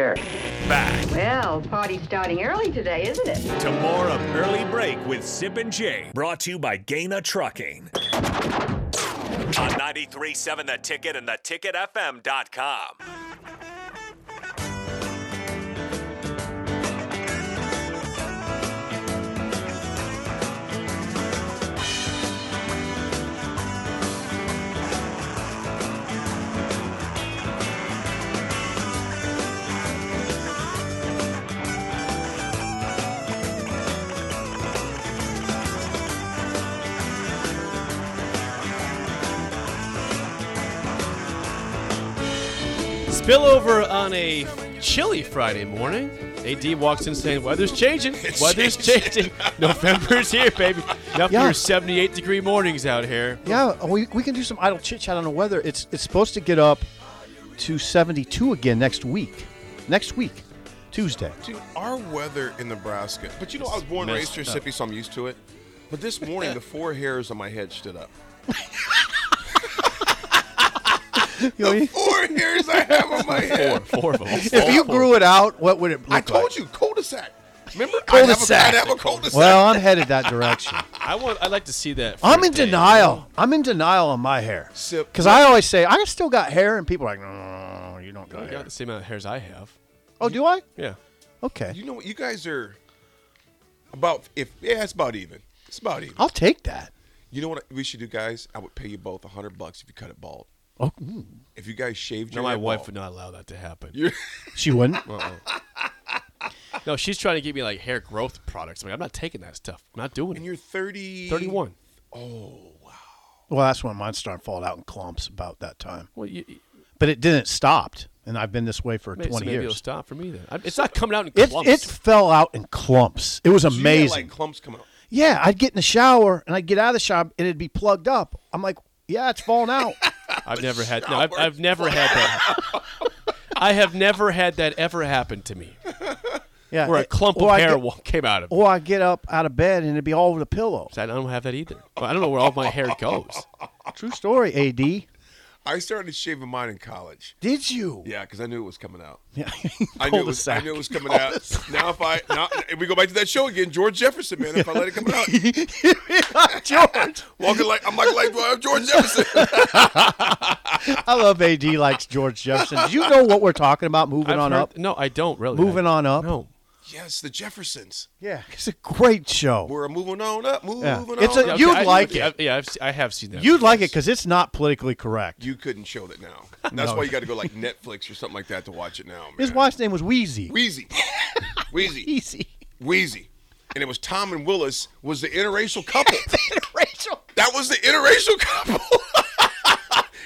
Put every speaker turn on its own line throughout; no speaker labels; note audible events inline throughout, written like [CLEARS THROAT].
Sure.
Back
Well, party's starting early today, isn't it?
to more of Early Break with Sip and Jay, brought to you by Gaina Trucking. On 93.7 The Ticket and theticketfm.com.
Spillover on a chilly Friday morning. AD walks in saying, Weather's changing. Weather's changing. [LAUGHS] November's here, baby. Enough
Yeah.
for 78 degree mornings out here.
Yeah, we, we can do some idle chit chat on the weather. It's it's supposed to get up to 72 again next week. Next week, Tuesday.
Dude, our weather in Nebraska. But you know, I was born and raised
Messed
Mississippi, so I'm used to it. But this morning, the four hairs on my head stood up.
You
[LAUGHS]
know what I mean?
Four hairs I have on my head.
Four of them.
[LAUGHS] if you grew it out, what would it look
I
like?
told you, cul-de-sac. Remember,
Cul-de-sac.
I have a, I'd have a cul-de-sac.
Well, I'm headed that direction.
I want. I'd like to see that. for
I'm
a
in
day.
denial. I'm in denial on my hair.
Sip.
Because I always say, I still got hair, and people are like, no, no, no, no, you don't got
I
hair.
got the same amount of hairs I have.
Oh, do I?
Yeah.
Okay.
you know what? You guys are about if yeah, it's about even. It's about even.
I'll take that.
You know what we should do, guys? I would pay you both a hundred bucks if you cut it bald.
Oh, mm.
If you guys shaved
No,
your
hmm. my
head
wife would
bald.
not allow that to happen.
She wouldn't.
No, she's trying to give me like hair growth products. I'm like, I'm not taking that stuff. I'm not doing
And
it.
you're thirty.
31.
Well, that's when mine started falling out in clumps about that time.
Well, you, you-
But it didn't stopped, and I've been this way for
maybe, so
20
maybe it'll
years.
stop for me then. I- It's not coming out in
It,
clumps.
it fell out in clumps. It was
So you had,
amazing.
like clumps come out.
yeah, I'd get in the shower and I'd get out of the shower and it'd be plugged up. I'm like, yeah, it's falling
[LAUGHS]
out.
I've never had. No, I've, I've never had that. I have never had that ever happen to me,
Yeah,
where a
it-
clump
or
of
I'd
hair
Uh, get-
wa- came out of. me.
or I get up out of bed and it'd be all over the pillow.
So I don't have that either. Well, I don't know where all my hair goes.
True story, AD.
I started shaving mine in college.
Did you? [LAUGHS]
Yeah, because I knew it was coming out.
Yeah.
I knew, it was, I knew it was
[LAUGHS]
coming out. Now if I now if we go back to that show again, George Jefferson, man. If I let it come
[LAUGHS]
out, [LAUGHS]
George.
walking like I'm like like well, I'm
[LAUGHS]
George Jefferson.
I love AD likes George Jefferson. Do you know what we're talking about? Moving
I've
on
heard-
up.
No, I don't really.
Moving
I-
on up.
No,
yes, the Jeffersons.
Yeah, it's a great show.
We're moving on up, moving
Yeah.
on
It's a-
up.
You'd
I-
like it.
I've- yeah, I've, se- I have seen that.
You'd like it because it's not politically correct.
you couldn't show that
[LAUGHS]
now. That's
No.
why you got to go like Netflix or something like that to watch it now. Man.
His wife's name was Wheezy. [LAUGHS]
Wheezy, Wheezy,
Wheezy.
Wheezy, and it was Tom and Willis was the interracial
[LAUGHS]
couple. That was the interracial couple. [LAUGHS]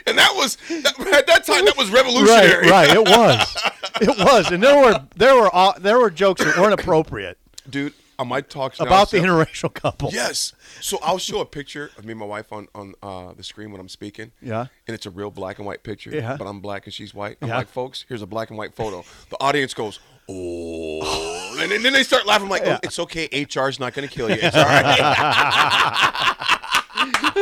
And that was that, at that time that was
Right,
revolutionary,
right. It was. It was. And there were there were uh, there were jokes that weren't appropriate
dude. On my talks now,
about the
so-
interracial couple.
Yes. So I'll show a picture of me and my wife on on uh, the screen when I'm speaking.
Yeah.
And it's a real black and white picture.
Yeah.
But I'm black and she's white. I'm
Yeah.
like, folks, here's a black and white photo. The audience goes, oh. and, then- then they start laughing. I'm like, oh, it's okay. HR's not going to kill you. It's
[LAUGHS]
all right.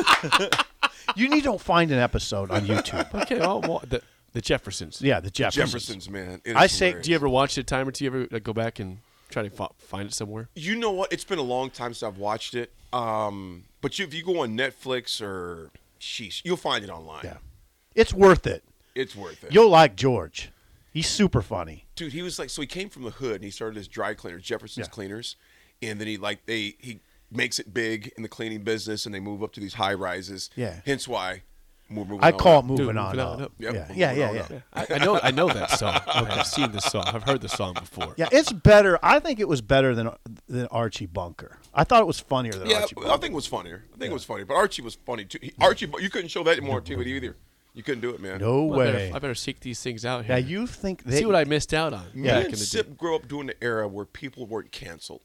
You need to find an episode on
[LAUGHS]
YouTube.
Okay, well, well, the, the Jeffersons.
Yeah, the Jeffersons.
Jeffersons, man. It is
I say-
hilarious.
Do you ever watch it a time or two? You ever like, go back and try to fi- find it somewhere?
You know what? It's been a long time since I've watched it. Um, but you, if you go on Netflix or sheesh, you'll find it online.
Yeah. It's worth it.
It's worth it.
You'll like George. He's super funny.
dude he was like so he came from the hood and he started his dry cleaners jefferson's
Yeah.
cleaners and then he like they he makes it big in the cleaning business and they move up to these high rises
Yeah.
hence why we're moving
I
on
call it
up.
moving,
Dude,
on,
moving on
up.
up.
Yep,
Yeah,
moving
yeah, yeah,
on
yeah.
up.
I, I know. I know that song. I've seen this song. I've heard the song before.
Yeah, it's better. I think it was better than than Archie Bunker. I thought it was funnier than
yeah
Archie
i
Bunker.
think it was funnier i think it was funny but archie was funny too he, archie you couldn't show that in more tv either you couldn't do it man
No
Well, I,
way.
better, I better seek these things out here.
Now you think they
see what I missed out on.
me
Yeah.
back in
and
the day.
sip grew up during the era where people weren't canceled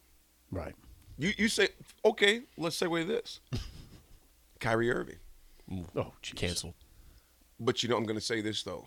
right?
you you say okay let's segue
[LAUGHS]
this kyrie irving
Oh, jeez.
canceled.
but you know i'm going to say this though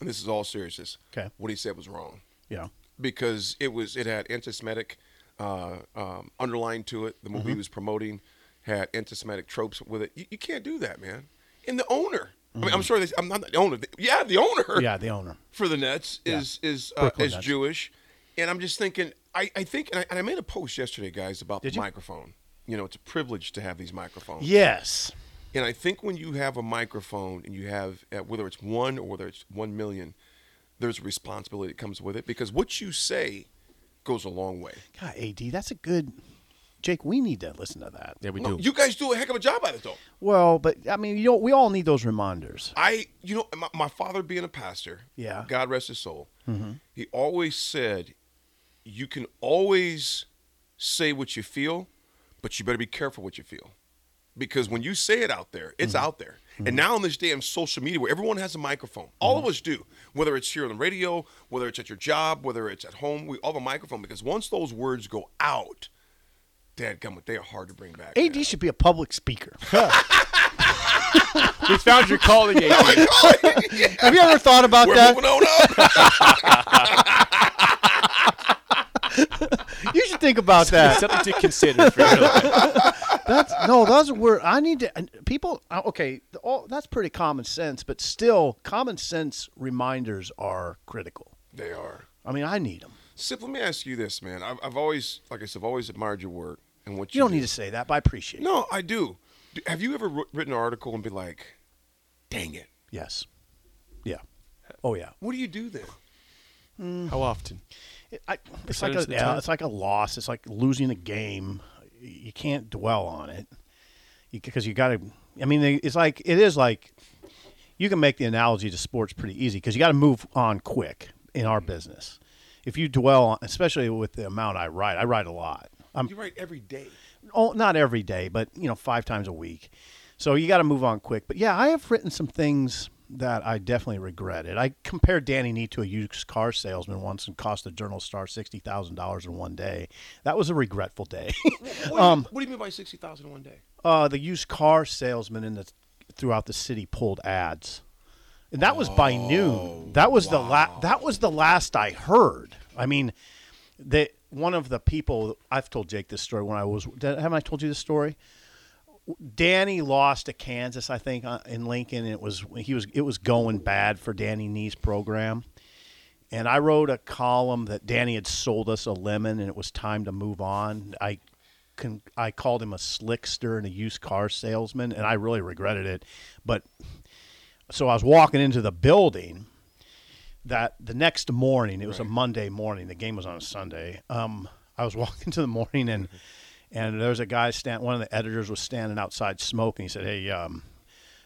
and this is all seriousness
Okay.
what he said was wrong
Yeah,
because it was it had anti-Semitic uh, um, underline to it. The
Mm-hmm.
movie he was promoting had anti-Semitic tropes with it. You, you can't do that, man. And the owner, I mean, I'm sure they, I'm not the owner. Yeah, the owner
Mm-hmm. Yeah, the owner.
for the Nets is is uh,
Brooklyn
is
Nets.
Jewish, and I'm just thinking. I, I think, and I, and I made a post yesterday, guys, about the
you?
microphone. You know, it's a privilege to have these microphones.
Yes.
And I think when you have a microphone and you have, uh, whether it's one or whether it's one million, there's a responsibility that comes with it because what you say goes a long way.
God, AD, that's a good. Jake, we need to listen to that.
Yeah, we
No, [LAUGHS]
do.
you guys do a heck of a job at it, though.
Well, but I mean, you know, we all need those reminders.
I, you know, my, my father being a pastor,
Yeah.
God rest his soul, he always said, you can always say what you feel, but you better be careful what you feel. Because when you say it out there, it's out there. And now in this day of social media where everyone has a microphone, all of us do, whether it's here on the radio, whether it's at your job, whether it's at home, we all have a microphone because once those words go out, dadgummit, they are hard to bring back.
AD
man.
should be a public speaker.
we found your calling, AD.
[LAUGHS] Oh my God. Yeah.
[LAUGHS] Have you ever thought about
[LAUGHS] We're
that?
moving on up.
You should think [LAUGHS] about that.
Something to consider. For real.
That's no, those were I need to and people. uh, Okay, the- all, that's pretty common sense, but still, common sense reminders are critical.
they are.
I mean, I need them.
Sip, let me ask you this, man. I've, I've always, like I said, I've always admired your work and what you.
You don't
do.
need to say that, but I appreciate. it.
No, I do. Do- Have you ever wr- written an article and be like, "Dang it,
Yes. Yeah. Oh yeah.
what do you do then?"
How often?
It- I, it's like
Percentage
a
of the
yeah,
time?
it's like a loss. It's like losing a game. You can't dwell on it because you, got to. I mean, they- it's like it is like you can make the analogy to sports pretty easy because you got to move on quick in our business. If you dwell on, especially with the amount I write, I write a lot. I'm
You write every day.
oh, not every day, but you know, five times a week. So you got to move on quick. But yeah, I have written some things that I definitely regretted. I compared Danny Neat to a used car salesman once and cost the Journal Star sixty thousand dollars in one day. That was a regretful day. [LAUGHS]
What, um, do, you, what do you mean by sixty thousand in one day?
uh, the used car salesman in the throughout the city pulled ads, and that was by noon. That was the la- That was the last I heard. I mean, that one of the people I've told Jake this story when I was. did- Haven't I told you this story? Danny lost to Kansas, I think, uh, in Lincoln. It was he was it was going bad for Danny Nee's program, and I wrote a column that Danny had sold us a lemon, and it was time to move on. I can I called him a slickster and a used car salesman, and I really regretted it. But so I was walking into the building that the next morning. It was a Monday morning. The game was on a Sunday. Um, I was [LAUGHS] walking to the morning and and there was a guy stand. One of the editors was standing outside smoking. He said, "Hey, um,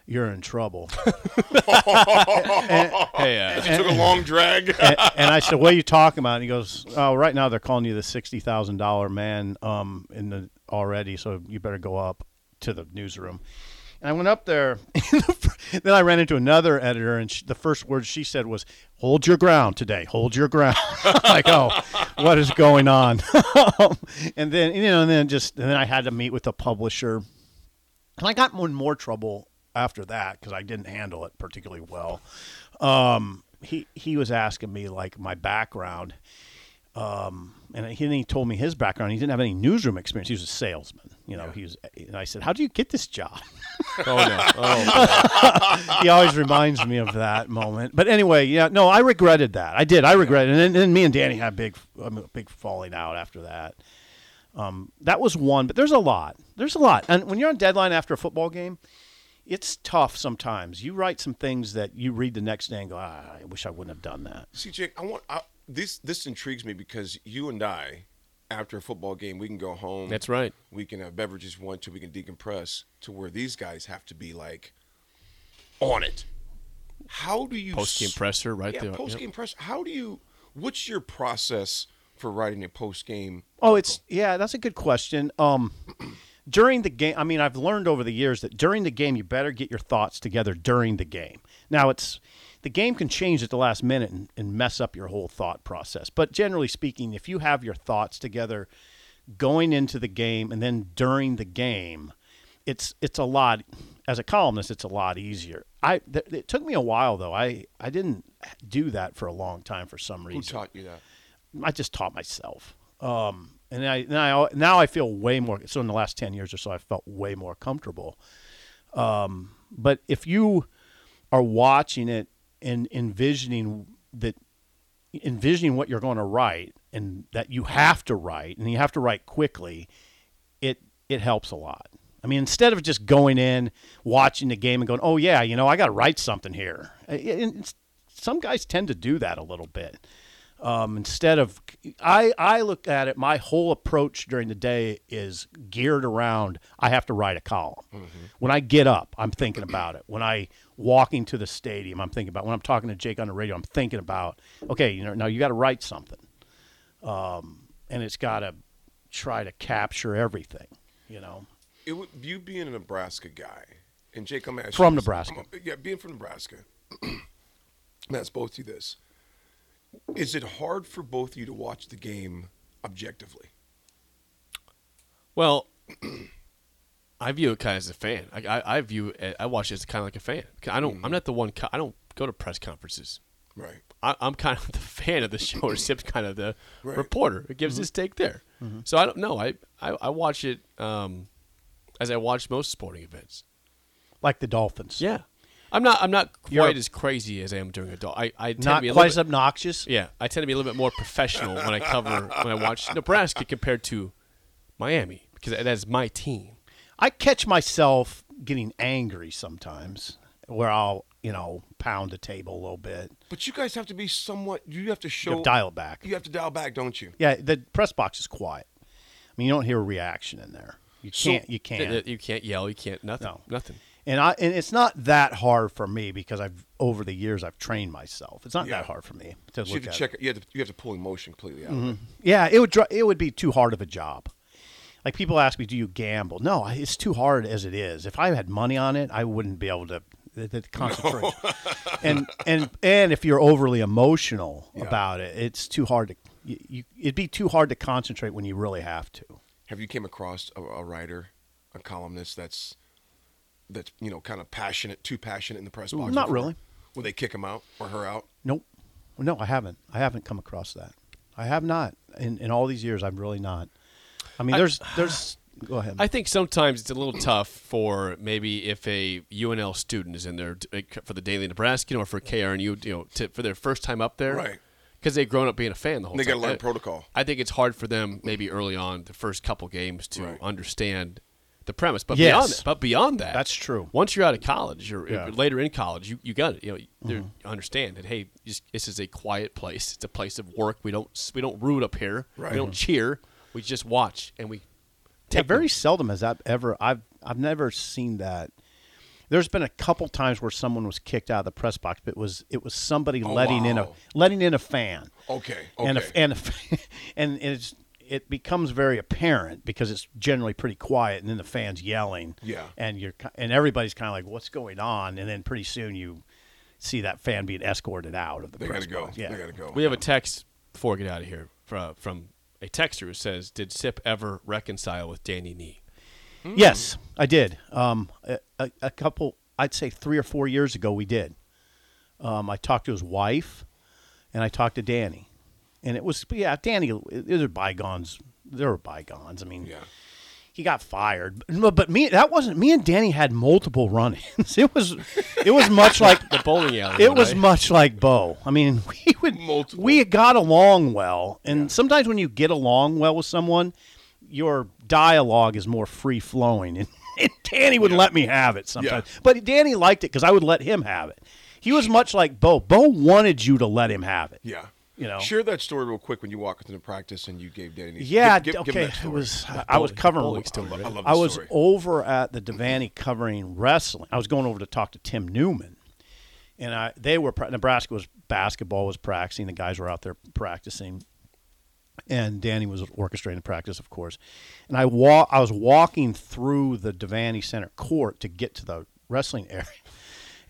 you're in trouble."
Hey, uh,
It took a long drag.
and, and I said, "What are you talking about?" And he goes, "Oh, right now they're calling you the sixty thousand dollar man um, in the already, so you better go up to the newsroom." And I went up there. [LAUGHS] And the, fir- then I ran into another editor, and she, the first word she said was, "Hold your ground today. Hold your ground." [LAUGHS] like, oh, what is going on? [LAUGHS] and then you know, and then just and then I had to meet with the publisher. And I got more and more trouble after that because I didn't handle it particularly well. Um, he he was asking me like my background, um, and he, then he told me his background. He didn't have any newsroom experience. He was a salesman, you know. He was, and I said, "How do you get this job?" [LAUGHS]
oh no. Oh,
he always reminds me of that moment. But anyway, yeah, no, I regretted that. I did. I regretted, it. and then, then me and Danny had a big, I mean, a big falling out after that. Um, that was one, but there's a lot. There's a lot, and when you're on deadline after a football game, it's tough sometimes. You write some things that you read the next day and go, ah, "I wish I wouldn't have done that."
[LAUGHS] See, Jake, I want I, this. This intrigues me because you and I, after a football game, we can go home.
That's right.
We can have beverages, we want to. We can decompress to where these guys have to be like on it. How do you
Post game
s-
presser, right
Yeah,
there.
post game
Yep.
press. How do you? What's your process for writing a post game?
Oh, it's yeah, that's a good question. Um, during the game, I mean, I've learned over the years that during the game, you better get your thoughts together during the game. Now, it's the game can change at the last minute and, and mess up your whole thought process. But generally speaking, if you have your thoughts together going into the game and then during the game, it's it's a lot. As a columnist, it's a lot easier. I th- it took me a while though. I I didn't do that for a long time for some reason.
Who taught you that?
I just taught myself. Um, and I now now I feel way more. So in the last ten years or so, I felt way more comfortable. Um, but if you are watching it and envisioning that envisioning what you're going to write and that you have to write and you have to write quickly it it helps a lot i mean instead of just going in watching the game and going oh yeah you know i got to write something here Uh, it- and it's, some guys tend to do that a little bit um, instead of I, I look at it my whole approach during the day is geared around i have to write a column
Mm-hmm.
when i get up i'm thinking about it when i walking to the stadium i'm thinking about when i'm talking to jake on the radio i'm thinking about okay you know now you got to write something um, and it's got to try to capture everything you know
It would, you being a Nebraska guy, and Jake, I'm asking
From
this.
Nebraska.
I'm a- yeah, being from Nebraska. [CLEARS THROAT] I'm ask both of you this: Is it hard for both of you to watch the game objectively?
Well, I view it kind of as a fan. I, I, I view it, I watch it as kind of like a fan. I don't. I'm not the one. co- I don't go to press conferences.
Right.
I, I'm kind of [LAUGHS] the fan of the show, or Sip's kind of the
Right.
reporter. It gives his take there. So I don't know. I, I, I watch it um, as I watch most sporting events.
like the dolphins
Yeah, I'm not. I'm not quite
You're-
as crazy as I am during adult. I, I tend to
not
be a
quite
little
as
bit-
obnoxious
yeah, I tend to be a little bit more professional when I cover when I watch Nebraska compared to Miami because that's my team.
I catch myself getting angry sometimes where I'll, you know, pound the table a little bit.
But you guys have to be somewhat. You have to
You
show.
have to dial it back.
you have to dial back, don't you?
Yeah, the press box is quiet. I mean, you don't hear a reaction in there. You can't. You can't.
Th- th- You can't yell. You can't nothing.
No.
Nothing.
and I and it's not that hard for me because I've over the years I've trained myself. It's not
Yeah.
that hard for me to
So you
look
have to
at.
check. You have to. You have to pull emotion completely out. Of it.
Yeah, it would dri- it would be too hard of a job. Like people ask me, do you gamble? No, I- it's too hard as it is. If I had money on it, I wouldn't be able to th- th- concentrate.
[LAUGHS]
and and and if you're overly emotional about it, it's too hard to you, you, it'd be too hard to concentrate when you really have to.
Have you came across a, a writer, a columnist that's that's you know kind of passionate, too passionate in the press box?
not
before?
really.
Will they kick him out or her out?
Nope. No, I haven't. I haven't come across that. I have not in in all these years. I'm really not. I mean,
I-
there's there's go ahead.
I think sometimes it's a little tough for maybe if a UNL student is in there t- for the Daily Nebraskan or for KRNU, you know, to, for their first time up there,
Right.
Because they've grown up being a fan the whole
They
time.
gotta learn
I-
protocol.
I think it's hard for them maybe early on the first couple games to
Right.
understand the premise. But
Yes.
beyond that, but beyond that,
That's true.
Once you're out of college or
Yeah. Mm-hmm.
or later in college, you, you got it. You know, you understand that. Hey, just, this is a quiet place. It's a place of work. We don't s- we don't root up here.
Right.
We don't cheer. We just watch and we.
Yeah,
take
very seldom has that ever. I've I've never seen that. There's been a couple times where someone was kicked out of the press box, but it was it was somebody letting in a
Oh, wow.
letting in a fan.
Okay. Okay.
And a, and a, [LAUGHS] and it's it becomes very apparent because it's generally pretty quiet, and then the fans yelling.
Yeah.
And you're ki- and everybody's kind of like, what's going on? And then pretty soon you see that fan being escorted out of the
they
press
gotta go.
box. Yeah.
They gotta go.
We have a text before we get out of here from, from a texter who says, "Did Sip ever reconcile with Danny Nee?"
Yes, I did. Um, a, a, a couple, I'd say three or four years ago, we did. Um, I talked to his wife, and I talked to Danny, and it was yeah, Danny. These are bygones. There were bygones. I mean,
Yeah.
he got fired. But, but me, that wasn't me. And Danny had multiple run-ins. [LAUGHS] It was, it was much like
The bowling alley.
it
one,
was
right?
much like Bo. I mean, [LAUGHS] we would
Multiple.
we got along well, and sometimes when you get along well with someone, your dialogue is more free flowing. [LAUGHS] And, and Danny would let me have it sometimes,
Yeah.
but Danny liked it because I would let him have it. He was much like Bo. Bo wanted you to let him have it.
Yeah.
You know?
Share that story real quick when you walk into the practice and you gave Danny.
Yeah,
Give, give, give him
okay.
that
It
story.
was I- I was
Bowling-
covering
bowling story,
I
right?
love. The
I was
story.
over at the Devaney covering wrestling. I was going over to talk to Tim Newman, and I they were pra- Nebraska was basketball was practicing. The guys were out there practicing, and Danny was orchestrating the practice, of course. And I wa- I was walking through the Devaney Center court to get to the wrestling area,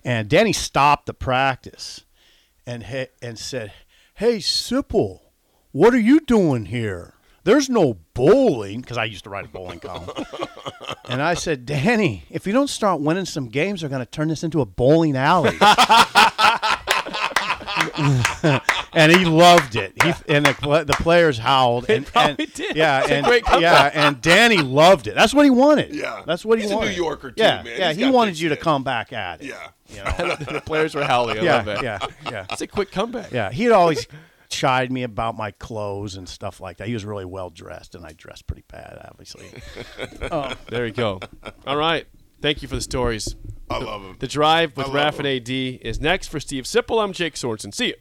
and Danny stopped the practice, and he- and said, "Hey, Sipple, what are you doing here?" There's no bowling because I used to write a bowling
[LAUGHS]
column. And I said, Danny, if you don't start winning some games, they're going to turn this into a bowling alley. [LAUGHS] and he loved it. He, and the, pl- the players howled. And,
probably
and-
did.
Yeah,
It's a
and,
great comeback.
yeah, and Danny loved it. That's what he wanted.
Yeah.
That's what he
He's a New
wanted.
Yorker too,
yeah,
man.
Yeah,
He's
he
got
wanted
big
you to
skin.
come back at it.
Yeah.
You know?
I love that [LAUGHS] the players were howling. I love
yeah,
that.
yeah, yeah,
It's a quick comeback.
yeah. He'd always chide me about my clothes and stuff like that. He was really well dressed, and I dressed pretty bad, obviously.
There you go. All right. Thank you for the stories.
I love them.
The Drive with
I love
Raf and AD is next for Steve Sipple. I'm Jake Sorensen. See you.